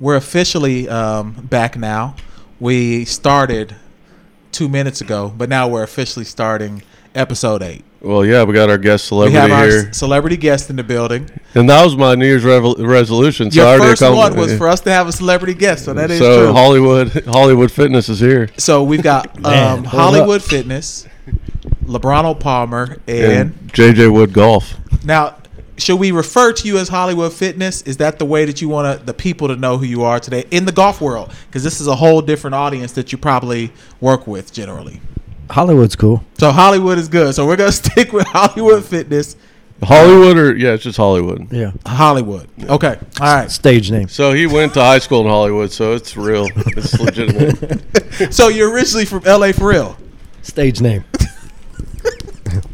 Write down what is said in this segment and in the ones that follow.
We're officially um, back now. We started two minutes ago, but now we're officially starting episode eight. Well, yeah, we got our guest We celebrity have our here, c- celebrity guest in the building. and that was my New Year's revel- resolution. So I Your already first accom- one was for us to have a celebrity guest, so that is so true. Hollywood Hollywood Fitness is here, so we've got um, Man, Hollywood Fitness, LeBronal Palmer, and and JJ Wood Golf. Now, should we refer to you as Hollywood Fitness? Is that the way that you want to, the people to know who you are today in the golf world? Because this is a whole different audience that you probably work with generally. Hollywood's cool. So Hollywood is good. So we're gonna stick with Hollywood Fitness, Hollywood, or yeah, it's just Hollywood. Yeah. Hollywood. Okay, all right. Stage name. So he went to high school in Hollywood, so it's real, it's legitimate. So you're originally from L.A. for real. Stage name.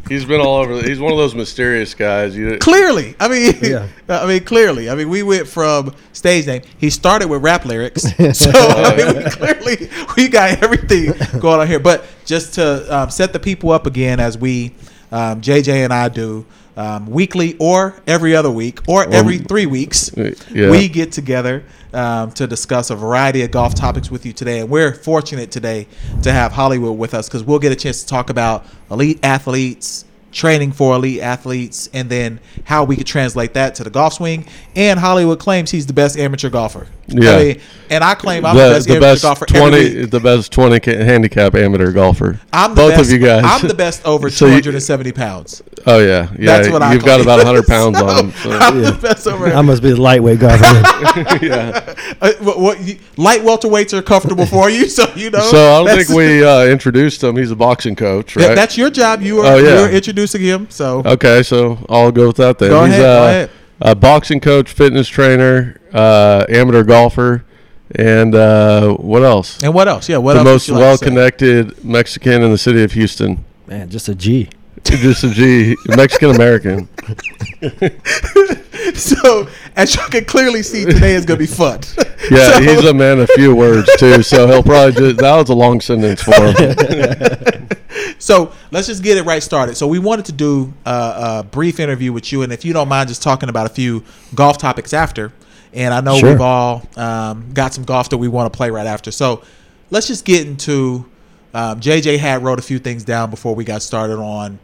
He's been all over. the- He's one of those mysterious guys. You, Clearly, I mean, Yeah. I mean, clearly, I mean, we went from stage name. He started with rap lyrics, so I mean, we clearly we got everything going on here. But just to um, set the people up again, as we um, JJ and I do um, weekly, or every other week, or every three weeks, yeah. we get together um, to discuss a variety of golf topics with you today. And we're fortunate today to have Hollywood with us because we'll get a chance to talk about elite athletes, training for elite athletes, and then how we could translate that to the golf swing. And Hollywood claims he's the best amateur golfer. Yeah. I mean, and I claim I'm the, the, best the amateur best golfer every twenty, week. the best twenty ca- handicap amateur golfer. I'm the both best, of you guys. I'm the best over So you- 270 pounds. Oh yeah, yeah. That's what I you've got claim. about hundred pounds on him. So. I'm the best over. I must be the lightweight golfer. then. Uh, what, what, you- light welterweights are comfortable for you, so you know. So I don't Oh, that's- think we uh, introduced him. He's a boxing coach, Th- right? That's your job. You are Oh, yeah. you're introducing him. So okay, so I'll go with that then. Go He's ahead, uh, go ahead. a boxing coach, fitness trainer, uh, amateur golfer, and uh, what else? and what else? Yeah, what the else? most would you like to say? well-connected Mexican in the city of Houston. Man, just a G. Just a G, Mexican American. So as you can clearly see, today is gonna be fun. Yeah, So- he's a man of few words too, so he'll probably just, that was a long sentence for him. So let's just get it right started. So we wanted to do uh, a brief interview with you, and if you don't mind, just talking about a few golf topics after. And I know Sure. we've all um, got some golf that we want to play right after. So let's just get into. Um, JJ had wrote a few things down before we got started on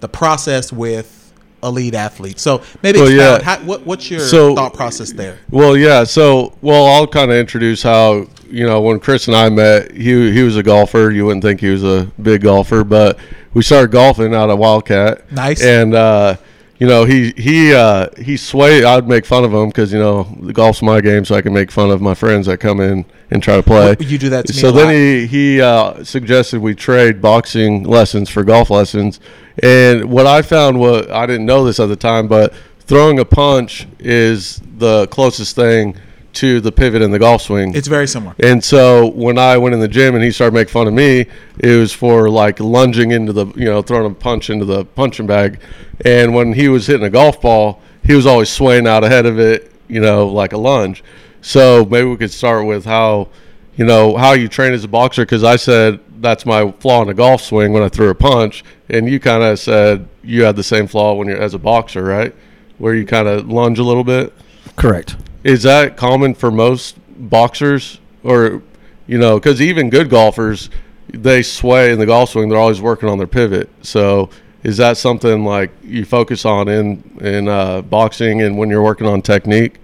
the process with elite athletes. So maybe Well, expound. yeah. How, what, what's your So- thought process there? Well, yeah. So, well, I'll kind of introduce how you know when Chris and I met. He he was a golfer. You wouldn't think he was a big golfer, but we started golfing out of Wildcat. Nice. And uh, you know he he uh, he swayed. I'd make fun of him because you know the golf's my game, so I can make fun of my friends that come in and try to play. You do that to me So a then lot. he he uh, suggested we trade boxing lessons for golf lessons, and what I found was I didn't know this at the time, but throwing a punch is the closest thing to the pivot in the golf swing. It's very similar. and so when I went in the gym and he started making fun of me, it was for like lunging into the, you know, throwing a punch into the punching bag. And when he was hitting a golf ball, he was always swaying out ahead of it, you know, like a lunge. So maybe we could start with how, you know, how you train as a boxer. Cause I said that's my flaw in the golf swing when I threw a punch. And you kind of said you had the same flaw when you're as a boxer, right? Where you kind of lunge a little bit. Correct. Is that common for most boxers, or you know, because even good golfers, they sway in the golf swing. They're always working on their pivot. So, is that something like you focus on in in uh, boxing and when you're working on technique?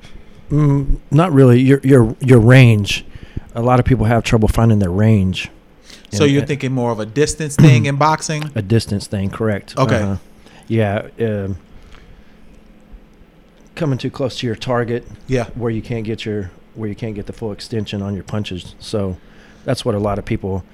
Mm, Not really. Your your your range. A lot of people have trouble finding their range. So And you're a- thinking more of a distance thing in boxing. a distance thing. Correct. Okay. Uh-huh. Yeah. Um, coming too close to your target, Yeah. where you can't get your where you can't get the full extension on your punches. So that's what a lot of people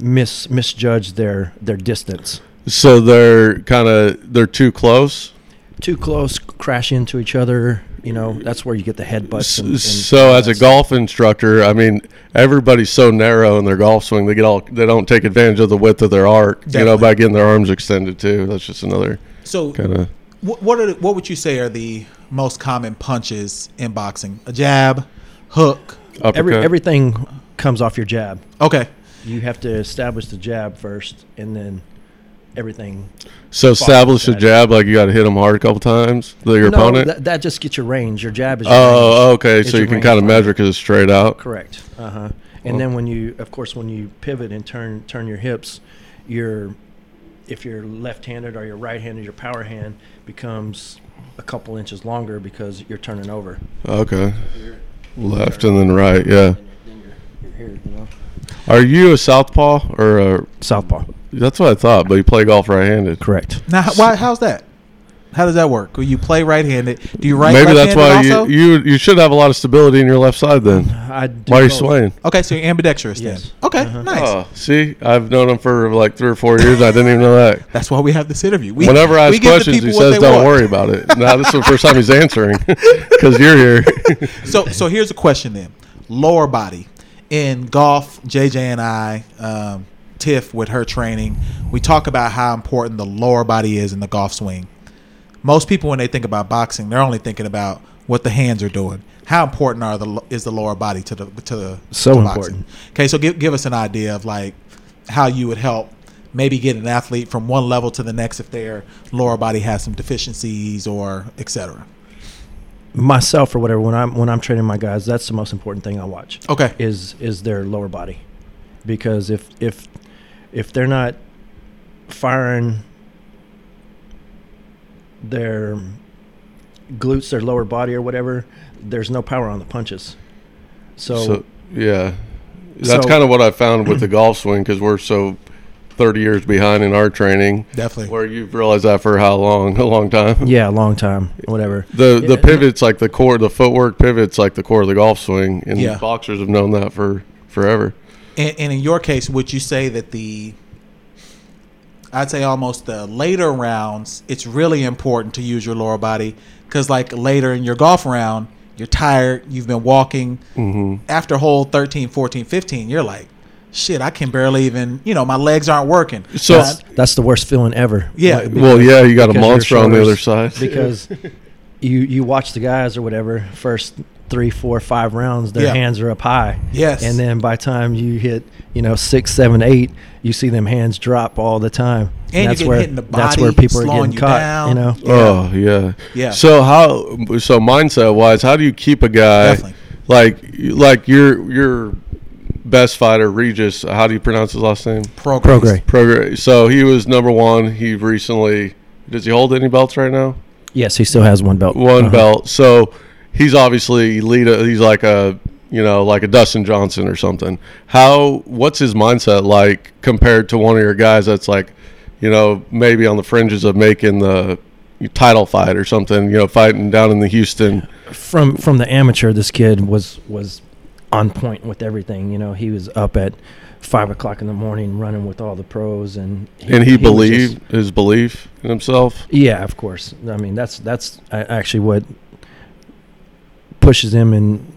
mis misjudge their their distance. So they're kind of they're too close. too close, crash into each other. You know, that's where you get the headbutts. And, and So as a that's- golf instructor, I mean, everybody's so narrow in their golf swing. They get all they don't take advantage of the width of their arc. You know, Definitely. by getting their arms extended too. That's just another So kind of. What what, are the, what would you say are the most common punches in boxing? A jab, hook. every, uppercut. everything comes off your jab. Okay, You have to establish the jab first, and then everything. So establish a that. jab like you got to hit them hard a couple times. The, your no, opponent. That, that just gets your range. Your jab is. Your range. oh, okay. It's So your you can range kind of finder. measure because it's straight out. Correct. Uh huh. And then when you, of course, when you pivot and turn turn your hips, your if you're left-handed or you're right-handed, your power hand becomes a couple inches longer because you're turning over. Okay. Left and then right. Yeah. You're here, you know. Are you a southpaw or a? Southpaw. That's what I thought. But you play golf right-handed. Correct. Now, how- why, how's that? How does that work? Will you play right-handed? Do you right? Maybe that's why left-handed you, also? you you should have a lot of stability in your left side then. I do Why are you both. swaying? Okay, so you're ambidextrous Yes. then. Okay, nice. Oh, see, I've known him for like three or four years. and I didn't even know that. That's why we have this interview. We, Whenever I we give ask the questions, he people what says, they "Don't want." worry about it." Now this is the first time he's answering because you're here. So, so here's a question then: lower body in golf. JJ and I, um, Tiff, with her training, we talk about how important the lower body is in the golf swing. Most people, when they think about boxing, they're only thinking about what the hands are doing. How important are the lo- is the lower body to the to the So to important. Okay, so give give us an idea of like how you would help maybe get an athlete from one level to the next if their lower body has some deficiencies or etc. myself or whatever when I'm when I'm training my guys, that's the most important thing I watch. Okay. Is is their lower body. Because if if if they're not firing their glutes, their lower body or whatever, there's no power on the punches. So, So yeah, that's So- kind of what I found with the golf swing because we're so thirty years behind in our training. Definitely. Where you've realized that for how long? A long time. yeah, long time, whatever. The the Yeah. pivots like the core, the footwork pivots like the core of the golf swing, and Yeah. boxers have known that for forever. And, and in your case, would you say that the, I'd say almost the later rounds, it's really important to use your lower body because, like, later in your golf round, you're tired, you've been walking. Mm-hmm. After hole 13, 14, 15, you're like, shit, I can barely even, you know, my legs aren't working. So- Uh, That's the worst feeling ever. Yeah. Like, Well, yeah, you got a Uh, because monster your on the other side. shoulders- because you you watch the guys or whatever first three four five rounds their Yeah. hands are up high Yes. and then by the time you hit you know six seven eight you see them hands drop all the time And you get hit in the that's body, where people are slowing getting you caught down. you know Oh yeah. Yeah. So how so mindset wise, how do you keep a guy Definitely. like like your your best fighter Regis? How do you pronounce his last name? progress. Progress. Progress. So he was number one. He recently does he hold any belts right now? yes he still has one belt One Uh-huh. belt. So he's obviously lead. He's like a you know like a Dustin Johnson or something. How what's his mindset like compared to one of your guys that's like you know maybe on the fringes of making the title fight or something. You know fighting down in the Houston. from from the amateur this kid was was on point with everything you know he was up at five o'clock in the morning running with all the pros and And he, was just- believed his belief in himself. Yeah, of course. I mean, that's that's a- actually what pushes him and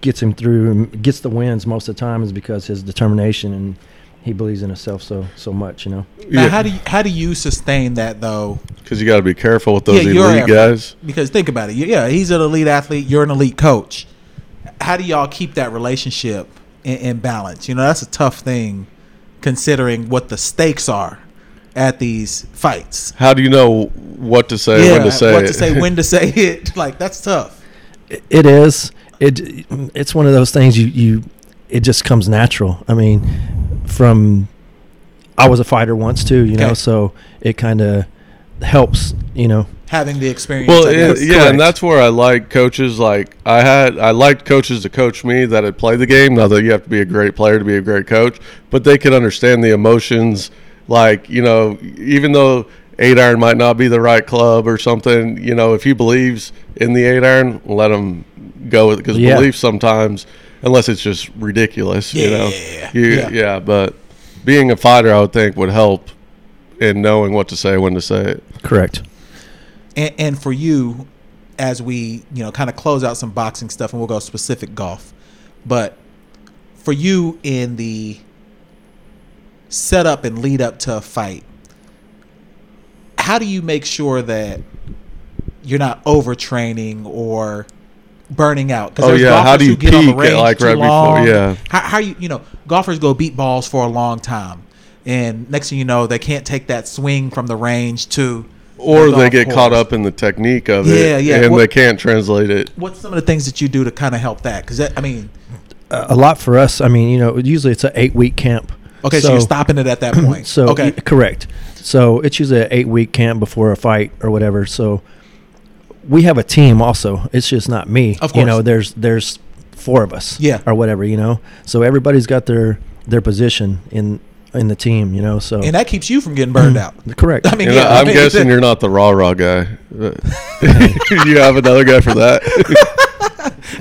gets him through and gets the wins most of the time is because his determination and he believes in himself so so much, you know. Now, Yeah. how do you, how do you sustain that though? Because you got to be careful with those Yeah, your elite effort. guys. Because think about it. Yeah, he's an elite athlete. You're an elite coach. How do y'all keep that relationship in, in balance? You know, that's a tough thing considering what the stakes are at these fights. How do you know what to say, yeah, when to say what it? to say, when to say it. Like that's tough. It, it is it it's one of those things you you it just comes natural. I mean, from I was a fighter once too, you know, Okay. so it kind of helps, you know. Having the experience. Well, I it, guess. yeah, Correct. and that's where I like coaches. Like I had, I liked coaches to coach me that had played the game. Not that you have to be a great player to be a great coach, but they could understand the emotions. Like you know, even though eight iron might not be the right club or something, you know, if he believes in the eight iron, let him go with it because Yeah. belief sometimes, unless it's just ridiculous, you know, Yeah, You- yeah. yeah. But being a fighter, I would think would help in knowing what to say, when to say it. Correct. and, and for you as we you know kind of close out some boxing stuff and we'll go specific golf but for you in the setup and lead up to a fight how do you make sure that you're not overtraining or burning out Oh, there's yeah. How golfers do who you get on the peak at, range like, too right before- long. yeah. how, how you you know golfers go beat balls for a long time and next thing you know, they can't take that swing from the range to. Or the they golf get caught course. up in the technique of Yeah, it, yeah. and What- they can't translate it. What's some of the things that you do to kind of help that? Because I mean, a a lot for us. I mean, you know, usually it's an eight week camp. okay, so, you're stopping it at that point. So e- okay, y- correct. So it's usually an eight week camp before a fight or whatever. So we have a team also. It's just not me. Of You know, course. there's there's four of us. Yeah. Or whatever, you know. So everybody's got their their position in in the team, you know. So and that keps you from getting Mm. burned out. correct. I mean, And yeah, I, am mean, guessing you're not the raw raw guy. you have another guy for that.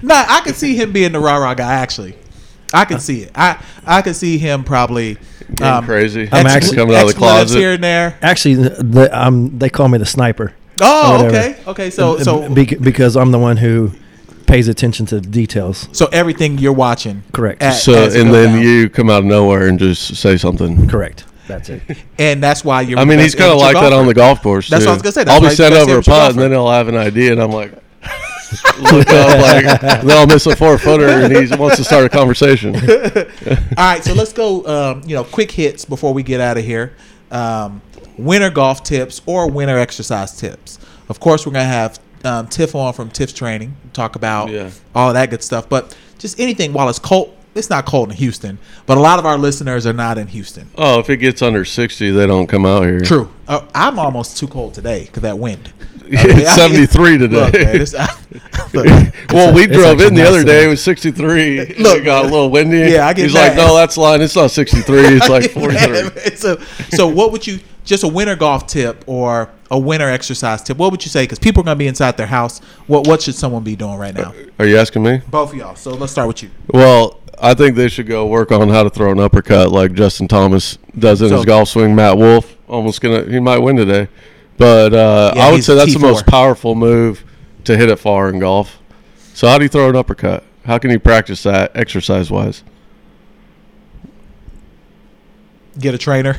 No, I could see him being the rah rah guy. Actually, I could see it. I I could see him probably um, crazy. I'm ex- actually- coming out of the expletives closet. here and there. Actually, the, the, um, they call me the sniper. or Oh, whatever. okay, okay. So so Bec- because I'm the one who pays attention to the details. so everything you're watching, Correct. at- So as it and goes then down. you come out of nowhere and just say something. Correct. That's it. and that's why you're. I mean, that's he's kind of amateur like that golfer. on the golf course. That's too. what I was gonna say. That's I'll be why he's set the over a best amateur putt, and then he'll have an idea, and I'm like, look up, like, then I'll miss a four footer, and he wants to start a conversation. All right, so let's go. Um, you know, quick hits before we get out of here. Um, winter golf tips or winter exercise tips. Of course, we're gonna have um, Tiff on from Tiff's training. Talk about Yeah. all that good stuff. But just anything while it's cold. It's not cold in Houston, but a lot of our listeners are not in Houston. Oh, if it gets under sixty, they don't come out here. True. Uh, I'm almost too cold today because that wind. it's seventy three today. Look, man, it's, look, well, we it's drove in actually the nice other day. today. It was 63. Look, Look, it got a little windy. Yeah, I get He's mad. like, no, that's lying. It's not 63. It's like 43. Man, so, so what would you just a winter golf tip or a winter exercise tip? What would you say? Because people are going to be inside their house. What what should someone be doing right now? Are you asking me? Uh, Both of y'all. So let's start with you. Well, I think they should go work on how to throw an uppercut like Justin Thomas does in So- his golf swing. Matt Wolf almost gonna he might win today, but uh, Yeah, I would he's say that's the T4. most powerful move to hit it far in golf. So how do you throw an uppercut? How can you practice that exercise wise? Get a trainer.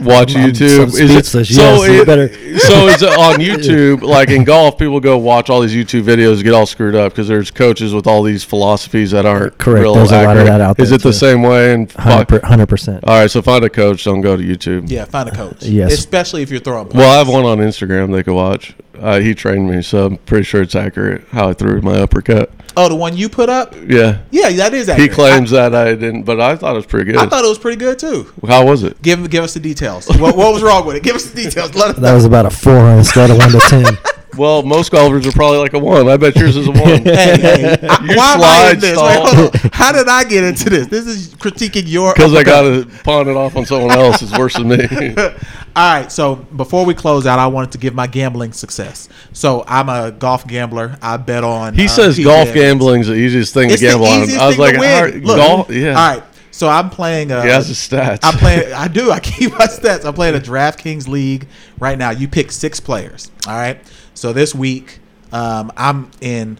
Watch I'm YouTube. so speechless. so Yes, you it- better- so is it on YouTube? Like in golf, people go watch all these YouTube videos, get all screwed up because there's coaches with all these philosophies that aren't Correct. Real There's a lot of accurate. that out Is there, it the too. same way? And fuck, 100 percent. All right, so find a coach. Don't go to YouTube. Yeah, find a coach. Yes. Especially if you're throwing. Uh, Well, I have one on Instagram they could watch. Uh, he trained me, so I'm pretty sure it's accurate how I threw my uppercut. Oh, the one you put up. Yeah. Yeah, that is. He Accurate. claims that I didn't, but I thought it was pretty good. I, I thought it was pretty good too. how was it? Give give us the details. what, what was wrong with it? Give us the details. Let us That know. was about a four instead of one to ten. Well, most golfers are probably like a one. I bet yours is a one. Hey, hey, I- You why am I in slide this? Wait, stall. hold on. How did I get into this? This is critiquing your Because I got to pawn it off on someone else. It's worse than me. All right, so before we close out, I wanted to give my gambling success. So I'm a golf gambler. I bet on. He uh, says PGA. golf gambling's the easiest thing It's to gamble the on. easiest I was thing like, to win. how are- Look, golf? Yeah. All right, so I'm playing. uh, A, He has his stats. I'm playing. I do. I keep my stats. I'm playing a DraftKings league right now. You pick six players. All right. So this week, um, I'm in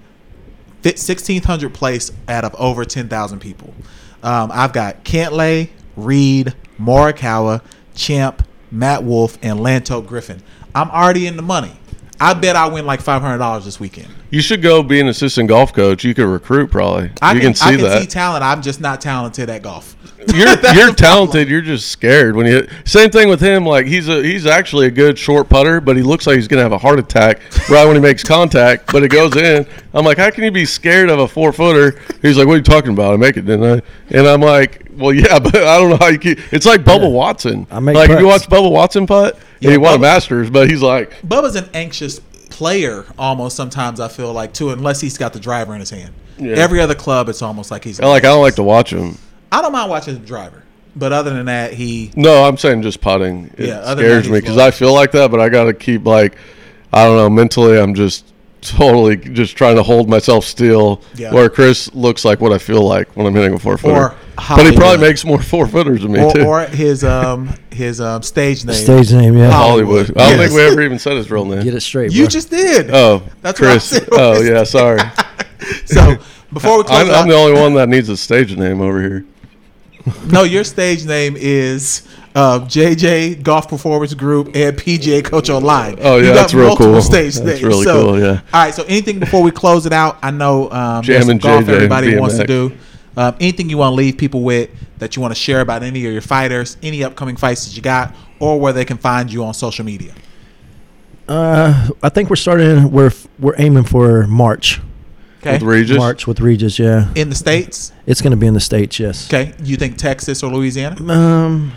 sixteenth hundred place out of over ten thousand people. Um, I've got Cantlay, Reed, Morikawa, Champ, Matt Wolf, and Lanto Griffin. I'm already in the money. I bet I win like five hundred dollars this weekend. You should go be an assistant golf coach. You could recruit probably. I you can, see I can that. see talent. I'm just not talented at golf. you're That's you're the problem. talented. You're just scared when you. Same thing with him. Like he's a he's actually a good short putter, but he looks like he's gonna have a heart attack right when he makes contact. But it goes in. I'm like, how can you be scared of a four footer? He's like, what are you talking about? I make it, didn't I? And I'm like, well, yeah, but I don't know how you keep. It's like Bubba Watson. I make like if you putts. watch Bubba Watson putt, Yeah, and he won a Bubba- Masters, but he's like, Bubba's an anxious player almost sometimes I feel like too, unless he's got the driver in his hand. Yeah. Every other club it's almost like he's I like I don't like to watch him. I don't mind watching the driver. But other than that, he No, I'm saying just putting. It Yeah, other scares than me he's because low. I feel like that, but I got to keep like, I don't know. Mentally, I'm just totally just trying to hold myself still. Yeah. Where Chris looks like what I feel like when I'm hitting a four Or footer, how but he he probably does. makes more four footers than me or, too. or his um his um stage name. Stage name, yeah. Holly- Hollywood. I don't Yes. think we ever even said his real name. Get it straight. You bro. just did. Oh, That's what I Chris. said. oh yeah, sorry. So before we close I'm, I'm out, the only one that needs a stage name over here. no, your stage name is uh, JJ Golf Performance Group and PGA Coach Online. Oh, yeah, You got that's real multiple cool. Stage That's names. really so, cool, yeah. All right, so anything before we close it out? I know um, there's Jam some and golf JJ, everybody wants to BMX. do. Um, anything you want to leave people with that you want to share about any of your fighters, any upcoming fights that you got, or where they can find you on social media. Uh, I think we're starting. We're we're aiming for March. Okay. With Regis. March with Regis. Yeah, In the states. it's going to be in the states. Yes. Okay. You think Texas or Louisiana? Um,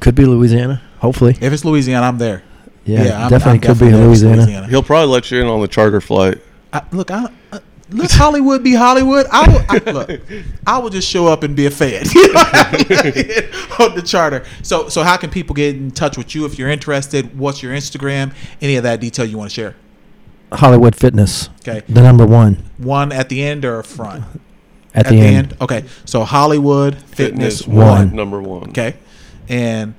could be Louisiana. Hopefully. If it's Louisiana, I'm there. Yeah, I'm- I'm definitely could be there if it's Louisiana. He'll probably let you in on the charter flight. I, look, I, uh, let Hollywood be Hollywood. I will I, look. I will just show up and be a fed You know what I mean? on the charter. So, so how can people get in touch with you if you're interested? What's your Instagram? Any of that detail you want to share? Hollywood Fitness, Okay, the number one one at the end or front at, the, end. Okay, so Hollywood Fitness, One. One. Number one. Okay, and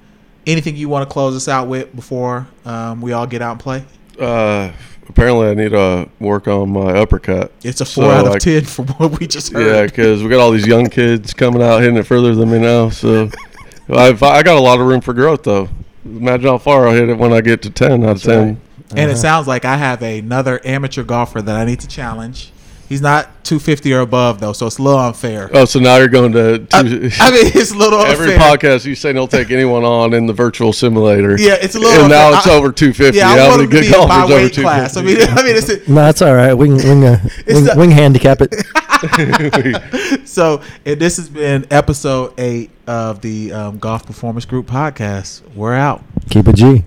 anything you want to close us out with before um, we all get out and play? Uh, apparently, I need to work on my uppercut. It's a four So, out of like- ten from what we just heard. Yeah, because we got all these young kids coming out hitting it further than me now. So I've, I got a lot of room for growth, though. Imagine how far I'll hit it when I get to 10 out of 10. right. And it Uh-huh. sounds like I have another amateur golfer that I need to challenge. He's not 250 or above though, so it's a little unfair. Oh, so now you're going to. I, I mean, it's a little unfair. every podcast you say they'll take anyone on in the virtual simulator. Yeah, it's a little And now unfair. it's I- over 250. yeah, I How want many him to be good in my golfers over weight class. I 250? mean, I mean, it's, No, that's all right. We can, we can, uh, we, can- not- we can handicap it. so. And this has been episode eight of the um, Golf Performance Group podcast. We're out. Keep it G.